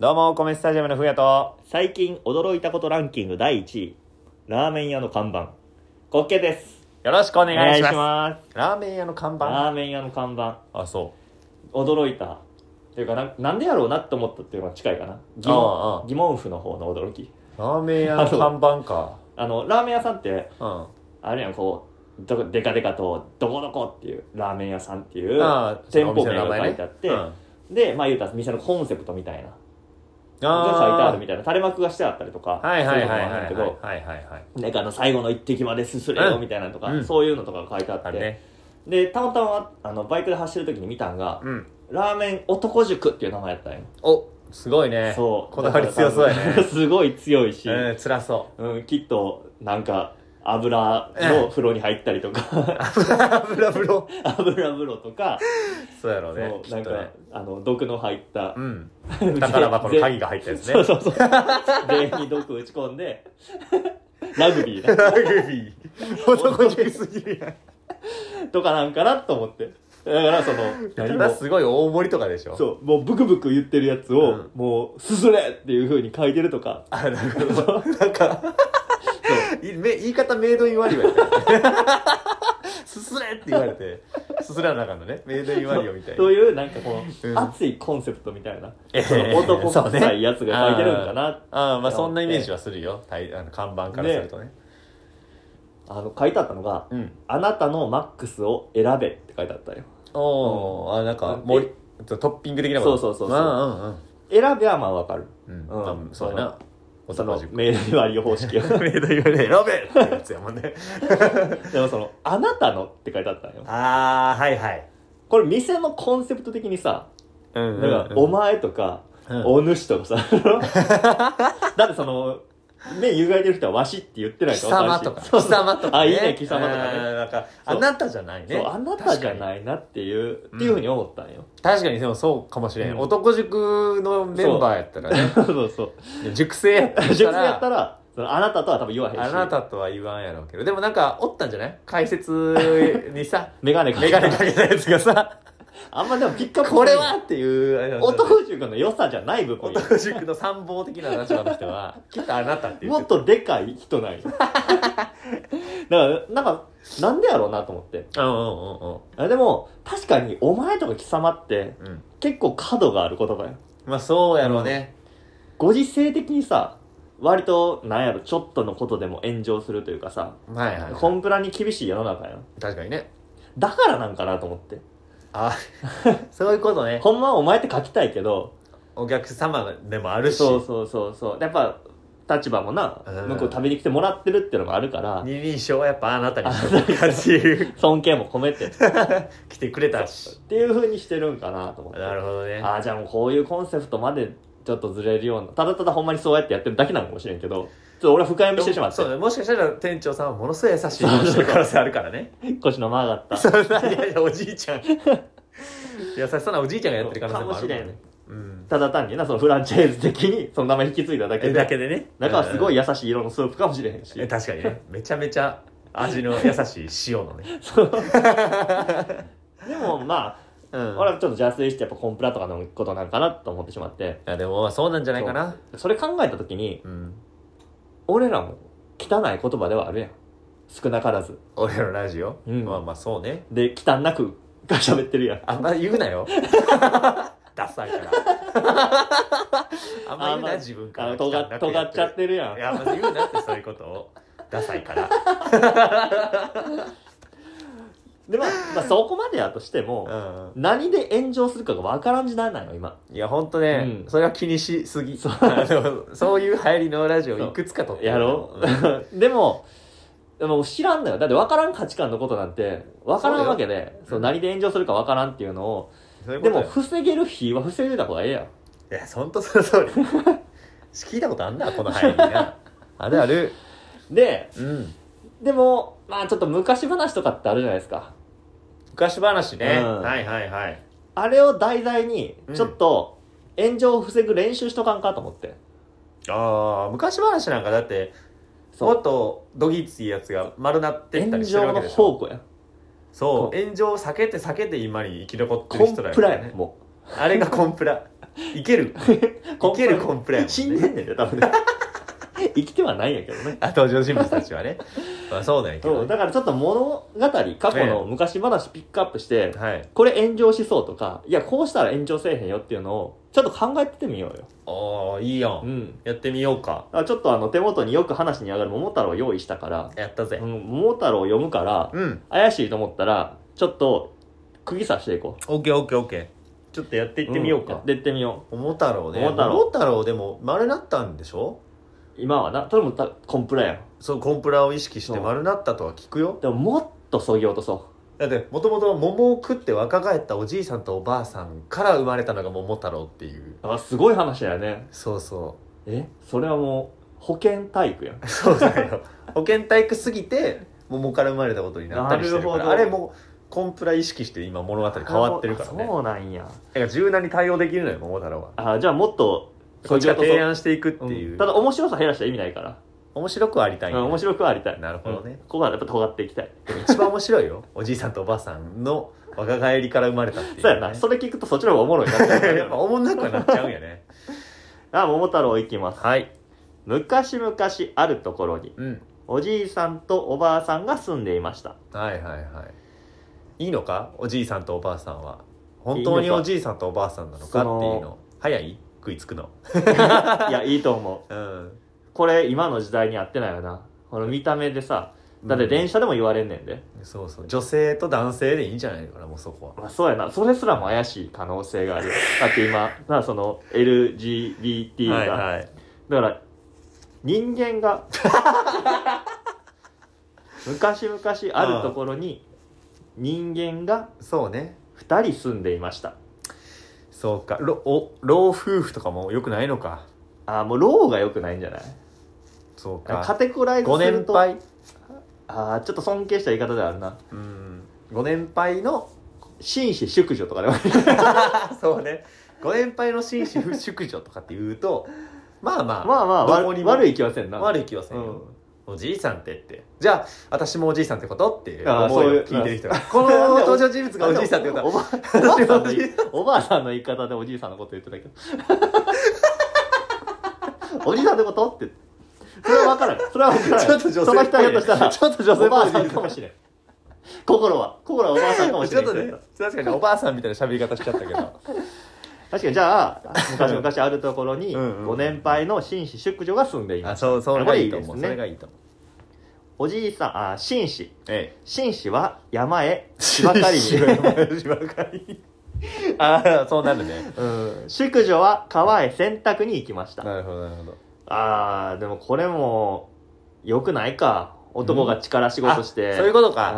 どうも、お米スタジアムのふうやと、最近驚いたことランキング第1位ラーメン屋の看板滑稽ですよろしくお願いします。ますラーメン屋の看板ラーメン屋の看板あ、そ驚いたっていうかななんでやろうなって思ったっていうのが近いかな疑ああああ問疑問符の方の驚きう。ラーメン屋の看板か。あのラーメン屋さんってうん。ああれやんこうどでかでかとどこどこっていうラーメン屋さんっていうあ店舗名が書いてあって、うん、あでまあ言うたら店のコンセプトみたいなが書いてあるあみたいな垂れ幕がしてあったりとかー。はいはいはいはいそううのもあるんだはい。けどはいはいはい。なんかあの最後の一滴まですすれようんみたいなのとか、うんそういうのとかが書いてあってあるね。でたまたまあのバイクで走る時に見たんがうん。 「ラーメン男塾」っていう名前やったんよ、お、すごいね。そうこだわり強そうやだから ね。すごい強いし、うん、辛そうん、きっとなんか油の風呂に入ったりとか う。ブラブロ。油風呂とか、そうやろうね。そうきなっんとか、ね。あの毒の入ったうん。宝箱の鍵が入ったやつそうね。そうそう 全員に毒打ち込んで ラグビー ラグビー。男塾すぎるやん。なとかなんかなと思ってだからそのた何だもすごい大盛りとかでしょ。そう、もうブクブク言ってるやつを、うんもう、すすれっていう風に書いてるとか、あ、なるほど。なんか、いめ言い方メイドインワリオやったよねすすれって言われて、すすらなあかんのね。メイドインワリオみたいな。そういうなんかこうの、ん熱いコンセプトみたいな、ええその男そうね臭いやつが書いてるんかな、ああ、まあそんなイメージはするよ。たいあの看板からするとね。あの、書いてあったのが、うん。あなたのマックスを選べって書いてあったよ。おお、あ、なんかうん盛り、トッピング的なこと。そうそうそうそうあ選べはまあわかる。うんうんうん。うん多分そうやな。そ男の塾。メールに割り 方式を。でメイドインワリオ選べってやつやもんね。もその、あなたのって書いてあったよ。ああ、はいはい。これ店のコンセプト的にさ、うんだうんかうん。ら、お前とか、うんお主と かさ、だってその、目湯がいてる人はわしって言ってない貴かわ様んないしとか。そう貴様とか、あ、いいね、貴様とかうんね。なんか、あそうなたじゃないね。そう、あなたじゃい。ないなっていう、うんっていうふうに思ったんよ。確かに、でもそうかもしれん。うん男塾のメンバーやったらね。そうそう。塾生やったら。直接やったら、そのあなたとは多分言わへんし。あなたとは言わんやろうけど。でもなんか、おったんじゃない解説に さ、メガネかメガネかけたやつが さ、あんまでもピックアップこれはっていうあれなんだよね、男塾の良さじゃない部分よ男塾の参謀的な立場の人は、 きっとあなたって言もって。ったとでかい人なんよ。 だから、なんか、なんでやろうなと思って。うあでも、確かに、お前とか貴様って、んうんうんうん。うん。結構角がある言葉よ。まあ、そうやろうね。ご時世的にさ割となんやろちょっとのことでも炎上するというかさはいはい。コンプラに厳しい世の中やん確かにね。だからなんかなと思ってあ、 そういうことね。ほんまはお前って書きたいけどお客様でもあるし。そうそうそうそうやっぱ立場もなうん向こう食べに来てもらってるってのもあるから二人称はやっぱあなたにしようかっていう尊敬も込めて っ来てくれたしていうふうにしてるんかなと思ってなるほどねああじゃあもうこういうコンセプトまでちょっとずれるようなただただほんまにそうやってやってるだけなのかもしれんけどちょっと俺は深読みしてしまってそうねもしかしたら店長さんはものすごい優しい人してる可能性あるからね腰の曲がったそんないやいやおじいちゃん優しそうなおじいちゃんがやってる可能性もあるかもしれんねうんただ単になそのフランチャイズ的にその名前引き継いだだけえでだけでね中はすごいや優しい色のスープかもしれへんし、確かにねめちゃめちゃ味の優しい塩のねでもまうあ、ん俺はちょっと邪推してやっぱコンプラとかのことなんかなと思ってしまっていやでもまあそうなんじゃないかなそれ考えた時にうん俺らも汚い言葉ではあるやん少なからず俺のラジオうんまあまあそうねで汚なくが喋ってるやんあんま言うな よダサいからあんま言うな自分かあらの尖っ尖っちゃってるやんいや、まず言うなってそういうことを。ダサいから。でまあ、まあ、そこまでやとしても、う何で炎上するかが分からん時代なの今ん。いや、ほんとね、うんそれは気にしすぎ。そうあの そういう流行りのラジオいくつか撮ってるやろ、でもでも知らんのよだって分からん価値観のことなんて分からんわけでそううん何で炎上するか分からんっていうのをそういうこでとよも防げる日は防いでた方がええやんいや、ほんとその通り。 聞いたことあんな、この流行りな。あるある。でうん。でもまあちょっと昔話とかってあるじゃないですか昔話ね。うんはいはいはい。あれを題材にうんちょっと炎上を防ぐ練習しとかんかと思って、ああ、昔話なんかだって、そもっうとどぎついやつが丸なってった炎りしてる上わけのでしょ。宝庫やんそう。炎上を避けて避けて今に生き残ってコる人ンだよね。プラやんもあれがコンプラ。いけるいけるコンプ ライアもんね死んでんねんで多分ね生きてはないんやけどねあ登場人物たちはねまあそうなんやけそど、うね、だからちょっと物語過去の昔話ピックアップして、はいこれ炎上しそうとかいやこうしたら炎上せえへんよっていうのをちょっと考えてみようよああいいやん、うんやってみようかだからちょっとあの手元によく話に上がる桃太郎を用意したから、やったぜうん、桃太郎を読むからうん怪しいと思ったらちょっと釘刺していこうオッケーオッケーオッケーちょっとやっていってみようか、で行ってみよ桃太郎ね桃太郎桃太郎でも丸なったんでしょう今はなそれもたコンプラやんそうコンプラを意識してそう丸なったとは聞くよでももっとそぎ落とそだってもともと桃を食って若返ったおじいさんとおばあさんから生まれたのが桃太郎っていううあすごい話だよねそうそえそれはもう保健体育やんうそうだよ 保健体育すぎて桃から生まれたことになったりしてるかなるらほどあれもコンプラ意識して今物語変わってるからねあそうなんやだから柔軟に対応できるのよ桃太郎はあじゃあもっとこっちが提っ案していくっていう、ただ面白さ減らしたら意味ないから、面白くはありたい、うん、面白くはありたいなるほどねうんここはやっぱ尖っていきたい一番面白いよおじいさんとおばあさんの若返りから生まれたっていうね、そうやなそれ聞くとそっちの方がおもろい なって思うやっぱおもんなくはなっちゃうんやねあ桃太郎いきますはい昔々あるところに うんおじいさんとおばあさんが住んでい ましたはいはいはいいいのかおじいさんとおばあさんは本当におじいさんとおばあさんなのかっていうそのの早い食いつくのいやいいと思ううんこれ今の時代に合ってないよなこの見た目でさだって電車、車でも言われんねんで、うんそうそう女性と男性でいいんじゃないのかなもうそこはまあ、そうやなそれすらも怪しい可能性があるだって今なその LGBT が、はいはいだから人間が 昔々あるところに人間がそうね2人住んでいましたそうかろお老夫婦とかもよくないのかああもう老が良くないんじゃないそうカかテゴライズごする年と配ああちょっと尊敬した言い方ではあるなうんご年配の 紳士淑女とかでもそうねご年配の紳士淑女とかって言うとまあまあまあまあどこに悪も悪い気はせんな悪い気はせんよ、おじいさんってってじゃあ私もおじいさんってことってあー思うよそういう聞いてる人がこの登場人物がおじいさんってことおはばおばあさんのおじいおばあさんの言い方でおじいさんのこと言ってたけど おじいさんってことってそれは分からんそれは分からんちょっと女性っぽいその人だとしたらちょっと女性っぽいおばあさんかもしれん心は心はおばあさんかもしちれょっんとね確かにおばあさんみたいな喋り方しちゃったけど確かにじゃあ昔々あるところにうんうんご年配の紳士淑女が住んでいまあすそうそれがいいと思うこそれいいですねれがいいと思うおじいさんあ紳士ええ紳士は 山へ芝刈りに芝刈りに ああそうなるねうん淑女は川へ洗濯に行きましたなるほどなるほどあーでもこれも良くないか男が力仕事して、あそういうことか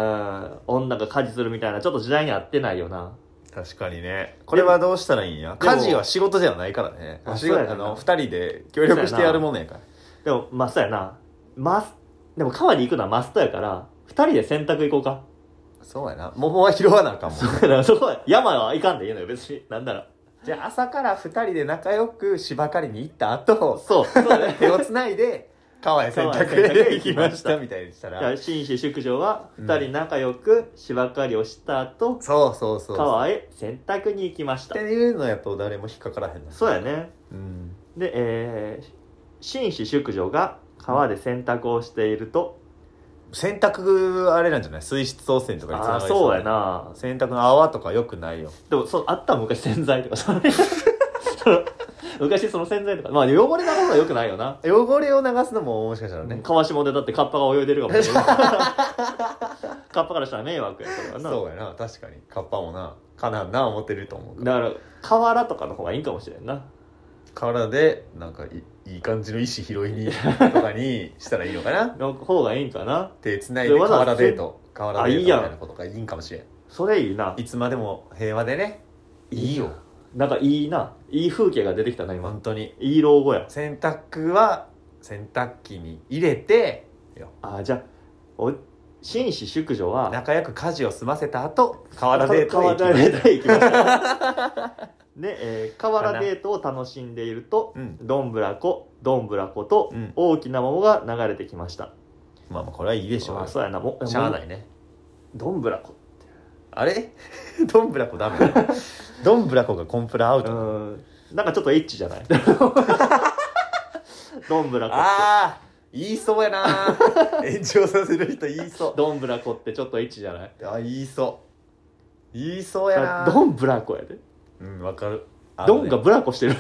うん女が家事するみたいなちょっと時代に合ってないよな確かにねこれはどうしたらいいんやでも家事は仕事じゃないからねあ仕そうや事なあの2人で協力してやるもんやからでもまあそうやなマスでも川に行くのはマストやから二人で洗濯行こうか そうやな桃は拾わなあかんもんだからそこは山は行かんでいいのよ別になんなら じゃあ朝から2人で仲良く芝刈りに行った後そうそうだ ね手をつないで川へ洗濯へ行きましたみたいにしたじゃあら紳士淑女は二人仲良く芝刈りをした後、そうそうそうそう川へ洗濯に行きましったていうのやと誰も引っかからへんなそうやねうんで、えー、紳士淑女が川で洗濯をしていると、洗濯あれなんじゃない水質汚染とかにつなあがりあそうやだねな洗濯の泡とかよくないよでもそうあった昔洗剤とかそれその昔その洗剤とかまあ汚れ流すのはよくないよな、汚れを流すのももしかしたらね川下でだってカッパが泳いでるかもしれないカッパからしたら迷惑やからなそうやな確かにカッパもなかなんな思ってると思うからだから河原とかの方がいいんかもしれんなからでなんかいいい感じの石拾い にとかにしたらいいのかなの方がいいんかな手つないそでれわざ河原デート河原デートあいみいやたんいなことがいいんかもしれんそれいいないつまでも平和でねいいよなんかいいないい風景が出てきたな今本当にいい老後や洗濯は洗濯機に入れてよああじゃあお紳士淑女は仲良く家事を済ませた後河原デートへ河行き原まデしートへ行きましたで、えー、河原デートを楽しんでいるとうんどんぶらこどんぶらことうん大きな桃が流れてきました、たまあまあこれはいいでしょあうそうやなもしゃあないいねどんぶらこ あれどんぶらこダメだどんぶらこがコンプラアウうトーんなんかちょっとエッチじ ゃないどんぶらこっああ言いそうやな 炎上させる人言いそてどんぶらこってちょっとエッチじゃないうあ言いそう言いそうやなどんぶらこやでうんわかるどんがあのねぶら こしてる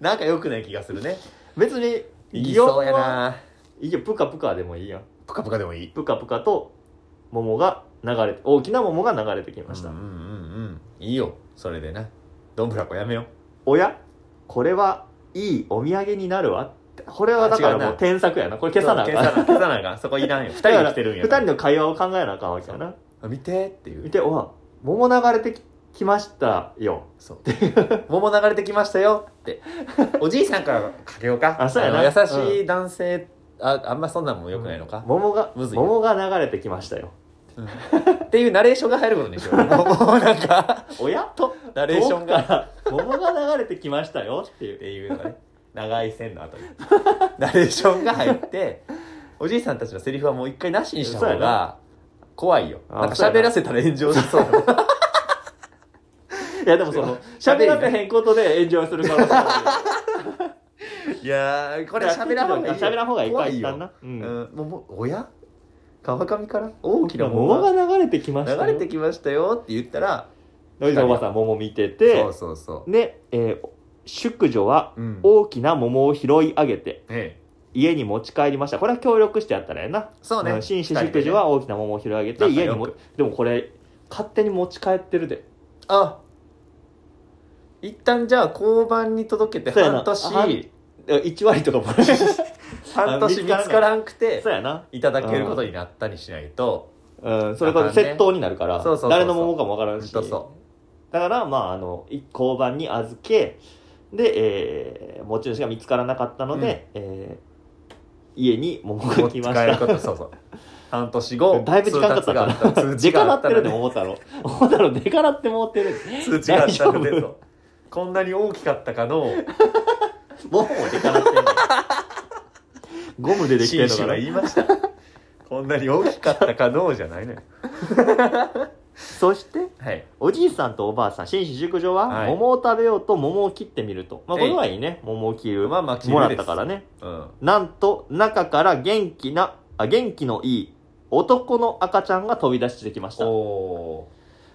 なんか良くない気がするね別に言いそうや擬音はないいよぷかぷかでもいいやんぷかぷかでもいいぷかぷかと桃が流れて大きな桃が流れてきました、うんうんうんうんいいよそれでなどんぶらこやめよおやこれはいいお土産になるわこれはだからあ違うもなう添削やなこれ消さなあかん消さな消さなあかんそこいらんよ 二人で来てるんや2人の会話を考えなあかんわけやなあ見てっていう見ておわ桃流れてききましたよそう桃流れてきましたよ っておじいさんからかけようかあそうやなの優しい男性、ああんまそんなんもよくないのか、桃がむずいな桃が流れてきましたよっていうナレーションが入ることにしよう もうなんかおやとナレーションがっ桃が流れてきましたよっていうていうのがね長い線 の後にナレーションが入っておじいさんたちのセリフはもう一回なしにしたそう方やがな怖いよあなんかそうやな喋らせたら炎上しそう だいやでもその喋らせへんことで炎上する可能性あるいやーこれ喋らん方がいいよ喋らん方がいいか怖い一よ旦なううんん、もうもう親川上から大きな桃桃がが流れてきましたよ流れてきましたよって言ったらおじさんおばさん桃見ててそうそうそうで、えー淑女はうん大きな桃を拾い上げてええ家に持ち帰りましたこれは協力してやったらやなそうねん紳士淑女は大きな桃を拾い上げて家にも仲良でもこれ勝手に持ち帰ってるであ一旦じゃあ交番に届けてそうやな半年半1割とかもらえ るそ半年見見つからないつからんくてうやないただけることになったりしないとうん、それから窃盗になるから、そうそうそうそう誰の桃かもわからんし本当そだからまああのい交番に預けで、えー持ち主が見つからなかったので、えー家に桃うが来まし使えるこたとそうそう半年後 だいぶ時間かかった通達があったな通で知かがなあっったてのるでで桃太郎 桃太郎でからってもってる通知があったので大丈夫そうこんなに大きかったかの 桃もでからってんのゴムででき紳てるの士かはな言いましたこんなに大きかったかのじゃ ないのよそしてはいおじいさんとおばあさん紳士熟女ははい桃を食べようと桃を切ってみると、まあこれはいいね桃を切るまあまあ切るですもらったからねうんなんと中から元気なあ元気のいい男の赤ちゃんが飛び出してきましたおお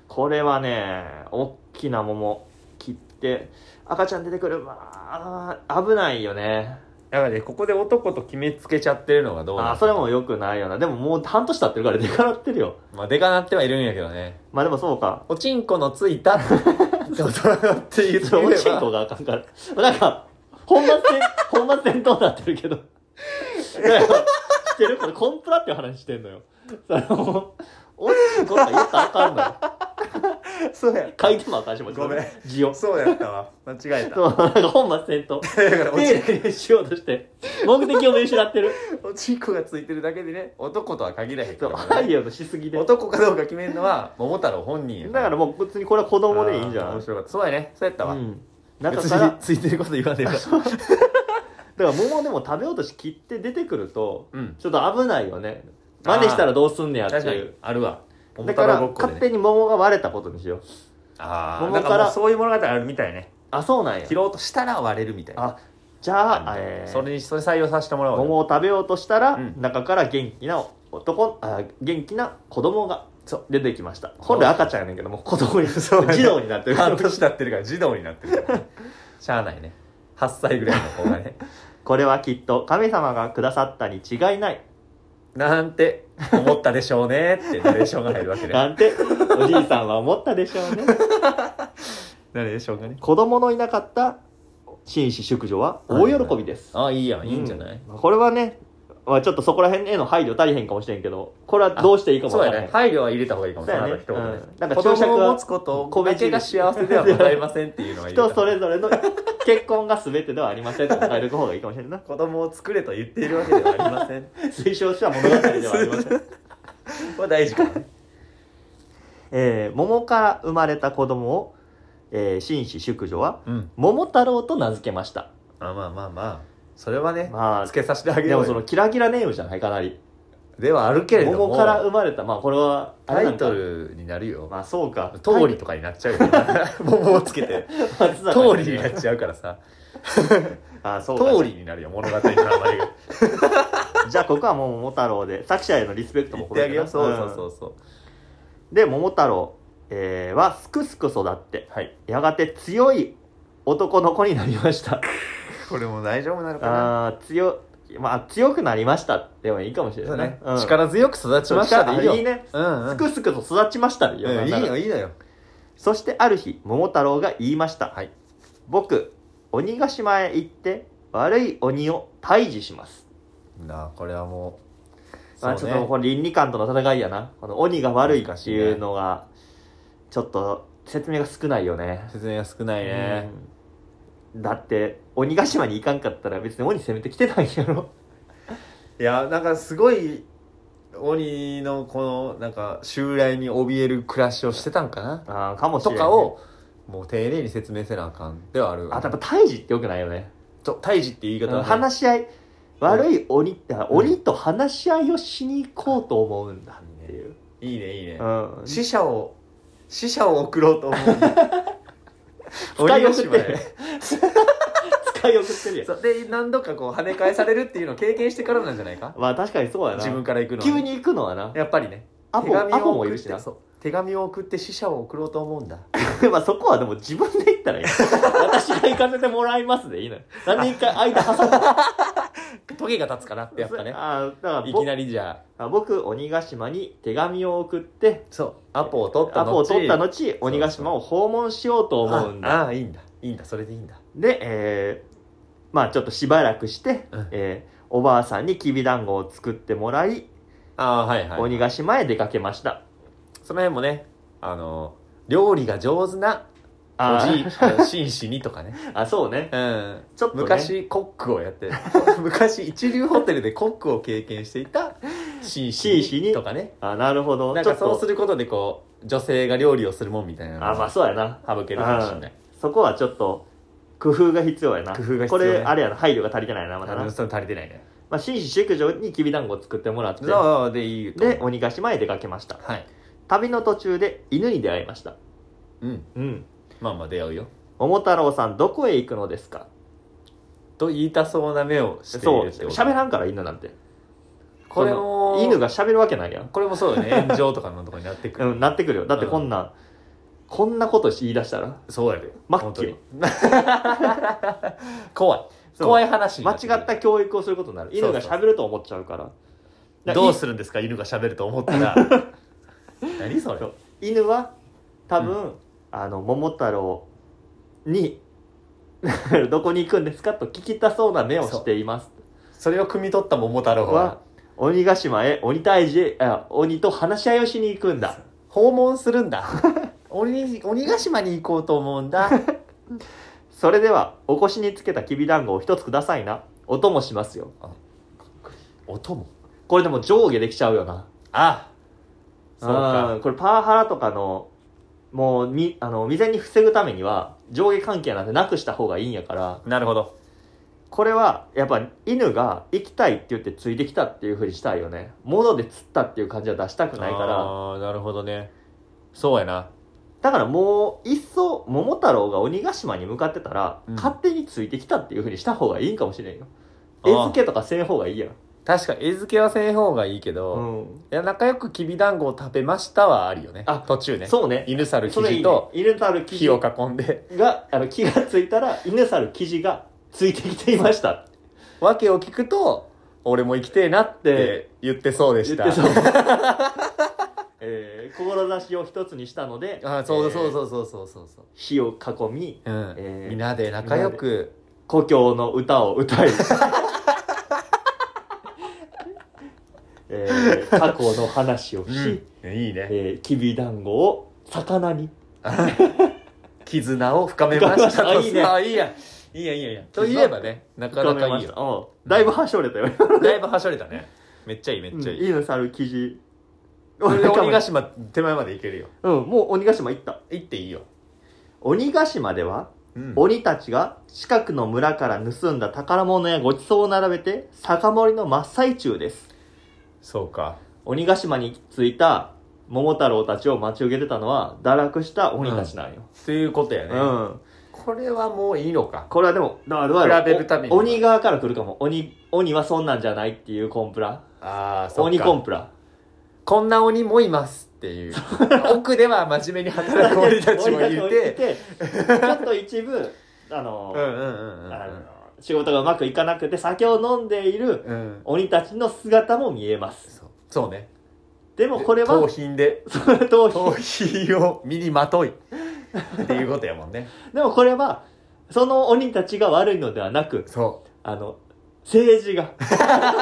これはね大きな桃切って赤ちゃん出てくるまあ危ないよねーだからねここで男と決めつけちゃってるのがどうなのあそれもよくないよなでももう半年経ってるから出かなってるよまあでかなってはいるんやけどねまあでもそうかおちんこのついたって言ってそうおおれちんこばがあかんからなんか本末転 本末転倒になってるけどなんか知ってるこれコンプラっていう話してんのよそのおちんこが言ったらあかんのよそうや書いてもあかんしもごめん字をそそうやったわ間違えうなんか本末転倒だからおち丁寧にしようとして目的を見失ってるおちんこがついてるだけでね男とは限らへんかそうらアねイディアのしすぎでだ男かどうか決めるのは桃太郎本人やからもう別にこれは子供でいいんじあゃーない面白かったそうやねそうやったわ、うん別中からについてること言わねえからだから桃でも食べようとして切って出てくるとうんちょっと危ないよね真似したらどうすんねやって確かいにうあるわだから桃太郎ごっこで勝ね手に桃が割れたことにしようああ桃だからもかうらそういう物語あるみたいねあそうなんや切ろうとしたら割れるみたいなあじゃあ、えーそれにそれ採用させてもらおうよ桃を食べようとしたら、うん中から元気な男あ元気な子供がそう出てきました本来赤ちゃんやねんけども子供にそう児童になってる半年経ってるから児童になってるからしゃあないね8歳ぐらいの子がね これはきっと神様がくださったに違いないなんて思ったでしょうねってナレーションが入るわけでなんておじいさんは思ったでしょうね ナレーションがね子供のいなかった紳士淑女は大喜びです、ああいいやんいいんじゃない、うんこれはね、まあ、ちょっとそこら辺への配慮足りへんかもしれんけどこれはどうしていいかもそうわかやらへんね配慮は入れた方がいいかもそうやねその後一言ねうんなんか子供注釈をは持つことだけが幸せではございませんっていうのが入れた人それぞれの 結婚が全てではありませんと変える方がいいかもしれんな子供を作れと言っているわけではありません推奨した物語ではありません、 これ大事かもねえー桃から生まれた子供を、えー紳士淑女はうん桃太郎と名付けましたあまあまあまあそれはね、まあつけさせてあげでようもよそのキラキラネームじゃないかなりではあるけれども桃から生まれたまあこれはあタれなイんかトルになるよまあそうか通りとかになっちゃうよ 桃をつけて松坂 通りになっちゃうからさあそうか通りになるよ物語の名前がじゃあここはもう桃太郎で作者へのリスペクト言もってあげようそうこれそでうなそうそううんで桃太郎、えーはすくすく育ってはいやがて強い男の子になり ましたこれも大丈夫なのかなあー強まあ強くなりましたでもいいかもしれそなういねね、うん力強く育ちましたでいいあよいいねうんうんすくすくと育ちましたでいいようんいいなんならよいいのよそしてある日桃太郎が言いました、はい僕鬼ヶ島へ行って悪い鬼を退治します、なあこれはもうまあ、ちそょうっねとこの倫理観との戦いやなこの鬼が悪いっていうのがちょっと説明が少ないよね説明が少ないねうんだって鬼ヶ島に行かんかったら別に鬼攻めてきてないやろいやなんかすごい鬼のこのなんか襲来に怯える暮らしをしてたんかなあーかもしとれないかをもう丁寧に説明せなあかんではあるあとやっぱ退治ってよくないよねと胎児っていう言い方はね話し合い悪い鬼って、ん鬼と話し合いをしに行こうと思うんだっていう、いいねいいねうん、死者を死者を送ろうと 思う使鬼いヶ送っ島てへる 使い送ってるや んそうで何度かこう跳ね返されるっていうのを経験してからなんじゃないかまあ確かにそうやな自分から行くのはね急に行くのはなやっぱりねアポアポもい送るっしてなそう手紙を送って死者を送ろうと思うんだ まあそこはでも自分で行っ たらいい私が行かせてもらいますでいいのよ何で一回間挟むトゲが立つかなってやっぱねあーだからいぼきなりじゃああ僕鬼ヶ島に手紙を送ってそうアポを取ったア後ポを取った後鬼ヶ島を訪問しようと思うんだああいいんだいいんだそれでいいんだで、えーまあちょっとしばらくして、うんえーおばあさんにきびだんごを作ってもらい、ああはいはい鬼ヶ島へ出かけましたその辺もねあの料理が上手なおあじいーあの紳士にとかねあそうねうんちょっと、ね、昔コックをやって 昔一流ホテルでコックを経験していた紳紳士士ににとかねあなるほどなんかちょそっうすとることでこう女性が料理をするもんみたいなのがあまあそうやな省けるかもしれないそこはちょっと工夫が必要やな工夫が必要ねこれあれやな配慮が足りてないなまあたな、のまそれ足りてないねあ、紳士淑女にきびだんごを作ってもらってそうでいいと思うで鬼ヶ島へ出かけましたはい旅の途中で犬に出会いましたうんうんまあまあ出会うよ桃太郎さんどこへ行くのですかと言いたそうな目をしていそうるってこと喋らんから犬なんてこれそもの犬が喋るわけないやん、これもそうよ ね炎上とかのとこになってくる、うん、なってくるよだってこんなん、こんなこと言い出したらそうやでマッキー本当に怖い怖い話に間なってくる違った教育をすることになる犬が喋ると思っちゃうからだからどうするんですか犬が喋ると思った ら何それそう犬は多分、うあの桃太郎に どこに行くんですかと聞きたそうな目をしていますそれを汲み取った桃太郎はは鬼ヶ島へ鬼退治へあ鬼と話し合いをしに行くんだ訪問するんだ 鬼鬼ヶ島に行こうと思うんだそれではお越しにつけたきびだんごを一つくださいな音もしますよ音もこれでも上下できちゃうよなあそううかんこれパワハラとかのもうみあの未然に防ぐためには上下関係なんてなくした方がいいんやからなるほどこれはやっぱ犬が行きたいって言ってついてきたっていうふうにしたいよね物で釣ったっていう感じは出したくないからあーなるほどねそうやなだからもういっそ桃太郎が鬼ヶ島に向かってたら、うん勝手についてきたっていうふうにした方がいいんかもしれんよあー餌付けとかせん方がいいやん確かに餌付けはせん方がいいけうど、ん、いや仲良くきびだんごを食べましたはあるよねあ途中ねそうね犬猿そキれいジい、ねと、犬猿キジ火を囲んでがあの気がついたら犬猿キジがついてきていました訳を聞くと俺も生きてえなって言ってそうで言しった てそうえー志を一つにしたのであそうそううそうそうそうそうそう火を囲みうんえーみんなで仲良く故郷の歌を 歌いえー過去の話をし、うんいいねえーきびだんごを魚に絆を深めましたあいいねあ いいやいいやいいやいいやといえばねなかなかいいよよだいぶはしょれたよ、だいぶはしょれたねめっちゃいいめっちゃいい、犬猿キジこれで鬼ヶう島手前まで行けるよんもう鬼ヶ島行った行っていいよ、鬼ヶ島ではうん鬼たちが近くの村から盗んだ宝物やごちそうを並べて酒盛りの真っ最中ですそうか鬼ヶ島に着いた桃太郎たちを待ち受けてたのは堕落した鬼たちなんよ、っていうことやうね、んこれはもういいのかこれはでもだからどうやろう比べるためにお鬼側から来るかも鬼鬼はそんなんじゃないっていうコンプラああそうか鬼コンプラこんな鬼もいますっていう 奥では真面目に働く 鬼たちもい鬼てちょっと一部あの、うんうんうんうんあの仕事がうまくいかなくて酒を飲んでいるうんうん鬼たちの姿も見えますそうそうねでもこれ盗は品で頭盗品を身にまといっていうことやもんねでもこれはその鬼たちが悪いのではなくそあの政治が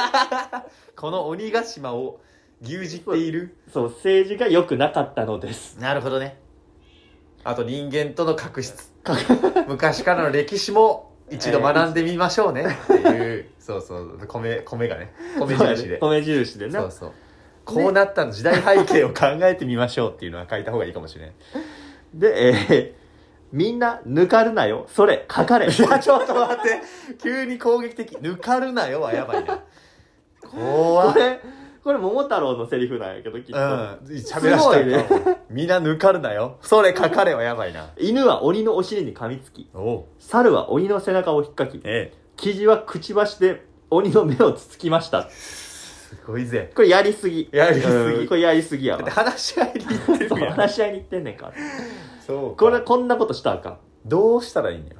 うこの鬼ヶ島を牛耳っているそう政治が良くなかったのですなるほどねあと人間との確 執昔からの歴史も一度学んでみましょうねっていう、そうそう米米がね米印で 米印でねそうそうこうなったの時代背景を考えてみましょうっていうのは書いた方がいいかもしれないで、えーみんなぬかるなよ。それ、書かれ。いやちょっと待って急に攻撃的ぬかるなよはやばい な怖 こっれ、これ桃太郎のセリフなんやけど、きっうんと。喋らしたいねみんなぬかるなよそれ書かれはやばいな犬は鬼のお尻に噛みつき、おう猿は鬼の背中を引っかき、ええキジはくちばしで鬼の目をつつきました。すごいぜこれやりすぎ。やりすぎうんこれやりすぎや だってわ。話し合いに行ってそうるやん話し合いに行ってんねんか。そうここれ、れこんなことしたらあかどうしたらいいんや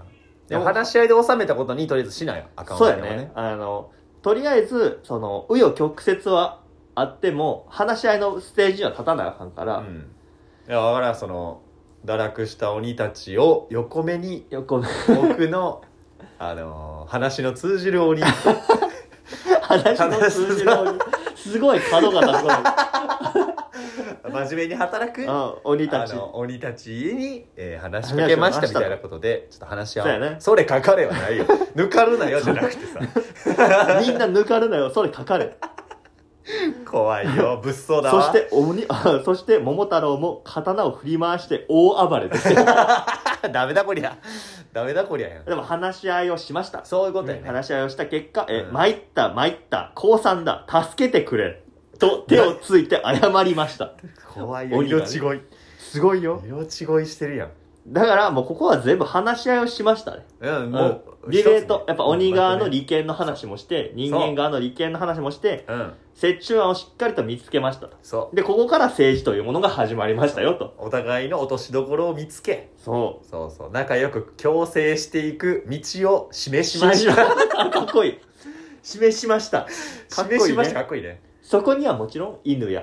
でも話し合いで収めたことにとりあえずしないあかん。んそうわやけだもんね。あの、とりあえず、その、紆余曲折はあっても、話し合いのステージには立たなあかんから、うんいやだからその堕落した鬼たちを横目に横目僕 のあのー話の通じる鬼話の通じる鬼すごい角が立真面目に働くつのうん鬼たあちの鬼たちに、えー話しかけましたみたいなことでちょっと話し合おうそうやねそれかかれはないよぬかるなよじゃなくてさみんな抜かるなよそれかかれ怖いよ物騒だそわして鬼あそして桃太郎も刀を振り回して大暴れです ダメだこりゃダメだこりゃやんでも話し合いをしましたそういうことやね話し合いをした結果「えうん参った参った降参だ助けてくれ」と手をついて謝りました怖いよ鬼がね色違いすごいよ色違いしてるやんだからもうここは全部話し合いをしましたねうんももううリレーとやっぱ鬼側のリ利権の話もして人間側の利権の話もしてうん折衷案をしっかりと見つけましたとそうでここから政治というものが始まりましたよとお互いの落としどころを見つけそそうそう仲良く共生していく道を示うしましたかっこいい示しましたかっこいいね示しましたかっこいいねそこにはもちろん犬や、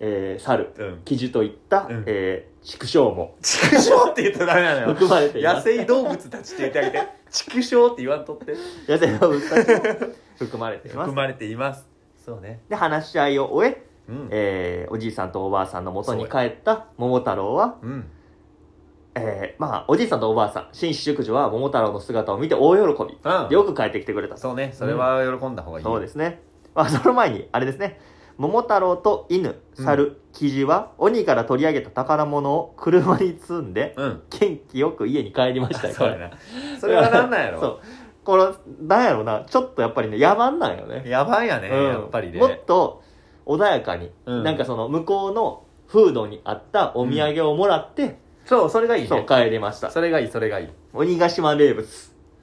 えー、猿うんキジといった、うんえー畜生も畜生って言ったらダメなの よ含まれてい ま野す生動物たちって言ってあげ て畜生って言わんとって野生動物たちも含まれていま す含まれていますそうねで話し合いを終えうんえーおじいさんとおばあさんの元に帰った桃太郎はうんえーまあ、おじいさんとおばあさん、紳士淑女は桃太郎の姿を見て大喜び。うんよく帰ってきてくれた。そそうねそれは喜んだ方がういいですね。まあ、その前に、あれですね。桃太郎と犬、猿、キジは、鬼から取り上げた宝物を車に積んで、うん元気よく家に帰りました よ。そうやなそれはなんなんやそろう。これ、なんやろな、ちょっとやっぱりね、野蛮なんよね。やばいやねうんやっぱりねもっと、穏やかに、うんなんかその、向こうの風土に合ったお土産をもらって、そうそれがいいそう、ね帰りました。それがいいそれがいい鬼ヶ島名物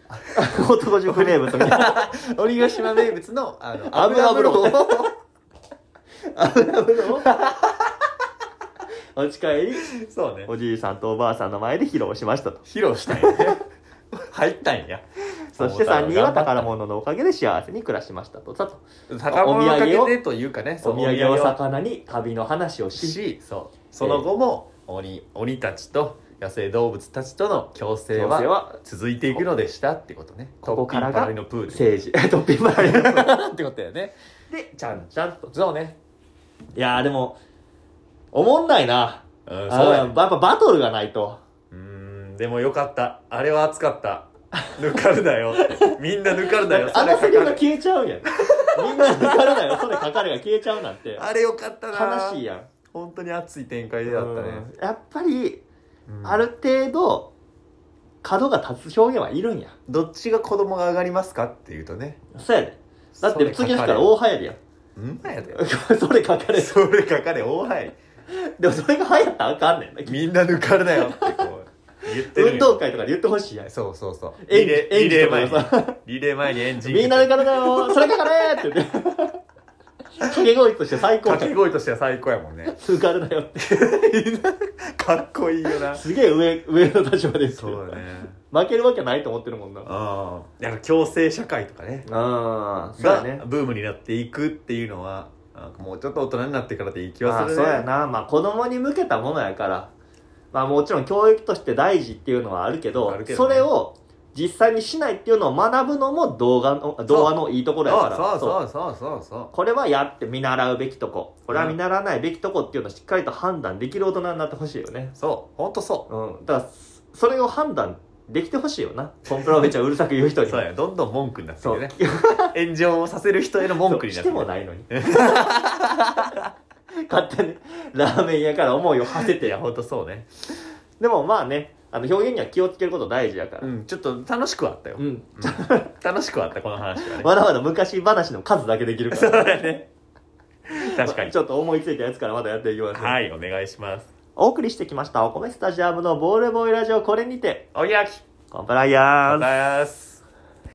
男塾名物みたいな鬼ヶ島名物 のあの油風呂油風呂油風呂を 持ち帰り そうねおじいさんとおばあさんの前で披露しましたと披露したんやね入ったんやそして3人は宝物のおかげで幸せに暮らしてましたとさと宝物をお土か産をけてというかねお土産をさ魚に旅の話をししそうその後も鬼鬼たちと野生動物たちとの共生共生はは続いていくのでしたってことねここからがトッピンパリのプール政治 トッピンバレ ーってことだよねでちゃんちゃんとそうねいやーでもおもんないなうんあそうーややっねぱバトルがないとうーんでもよかったあれは熱かったぬかるなよってみんなぬかるなよそあれのかかセるリフが消えちゃうんやんみんな抜かれないよそれかかれが消えちゃうなんてあれよかったな悲しいやん本当に熱い展開だったね、うんやっぱりうんある程度角が立つ表現はいるんやどっちが子供が上がりますかっていうとねそうやでだって次の日からそれかか大流行りやん うんまやでそれ書かれるそれ書かれ大はりでもそれが流行ったらあかんねんなみんな抜かるなよってこう言ってる運よ動会とかで言ってほしいやんそうそうそう演リ技レー演リレー技前とかにでさリレー前にエンジンみんな抜かれだよそれ書かれって言っ て掛け声として最高掛じゃけん声としては最高やもんね抜かれだよってかっこいいよなすげえ上上の立場ですけそうどだね負けるわけないと思ってるもんなあああなんか共生社会とかねあそうやがねブームになっていくっていうのはなんかもうちょっと大人になってからでいい気まはあするそうねやなまあ子供に向けたものやからまあもちろん教育として大事っていうのはあるけどあるけどそねれを実際にしないっていうのを学ぶのも動画の動画のいいところやからそうそうそうそうそうそこれはやって見習うべきとここれは見習わないべきとこっていうのをしっかりと判断できる大人になってほしいよねうそうほんとそうんだからそれを判断できてほしいよなコンプラをめちゃうるさく言う人 うにそうやどんどん文句になってそうるね炎上をさせる人への文句になしっててるもないのに勝手にラーメン屋から思いを馳せいてやほんとそうねでもまあねあの表現には気をつけること大事やから、うんちょっと楽しくはあったようん楽しくはあったこの話はねまだまだ昔話の数だけできるかそうらだね確かにちょっと思いついたやつからまだやっていきましょう、はいお願いしますお送りしてきましたお米スタジアムのボールボーイラジオこれにておぎやきコンプライアンスございます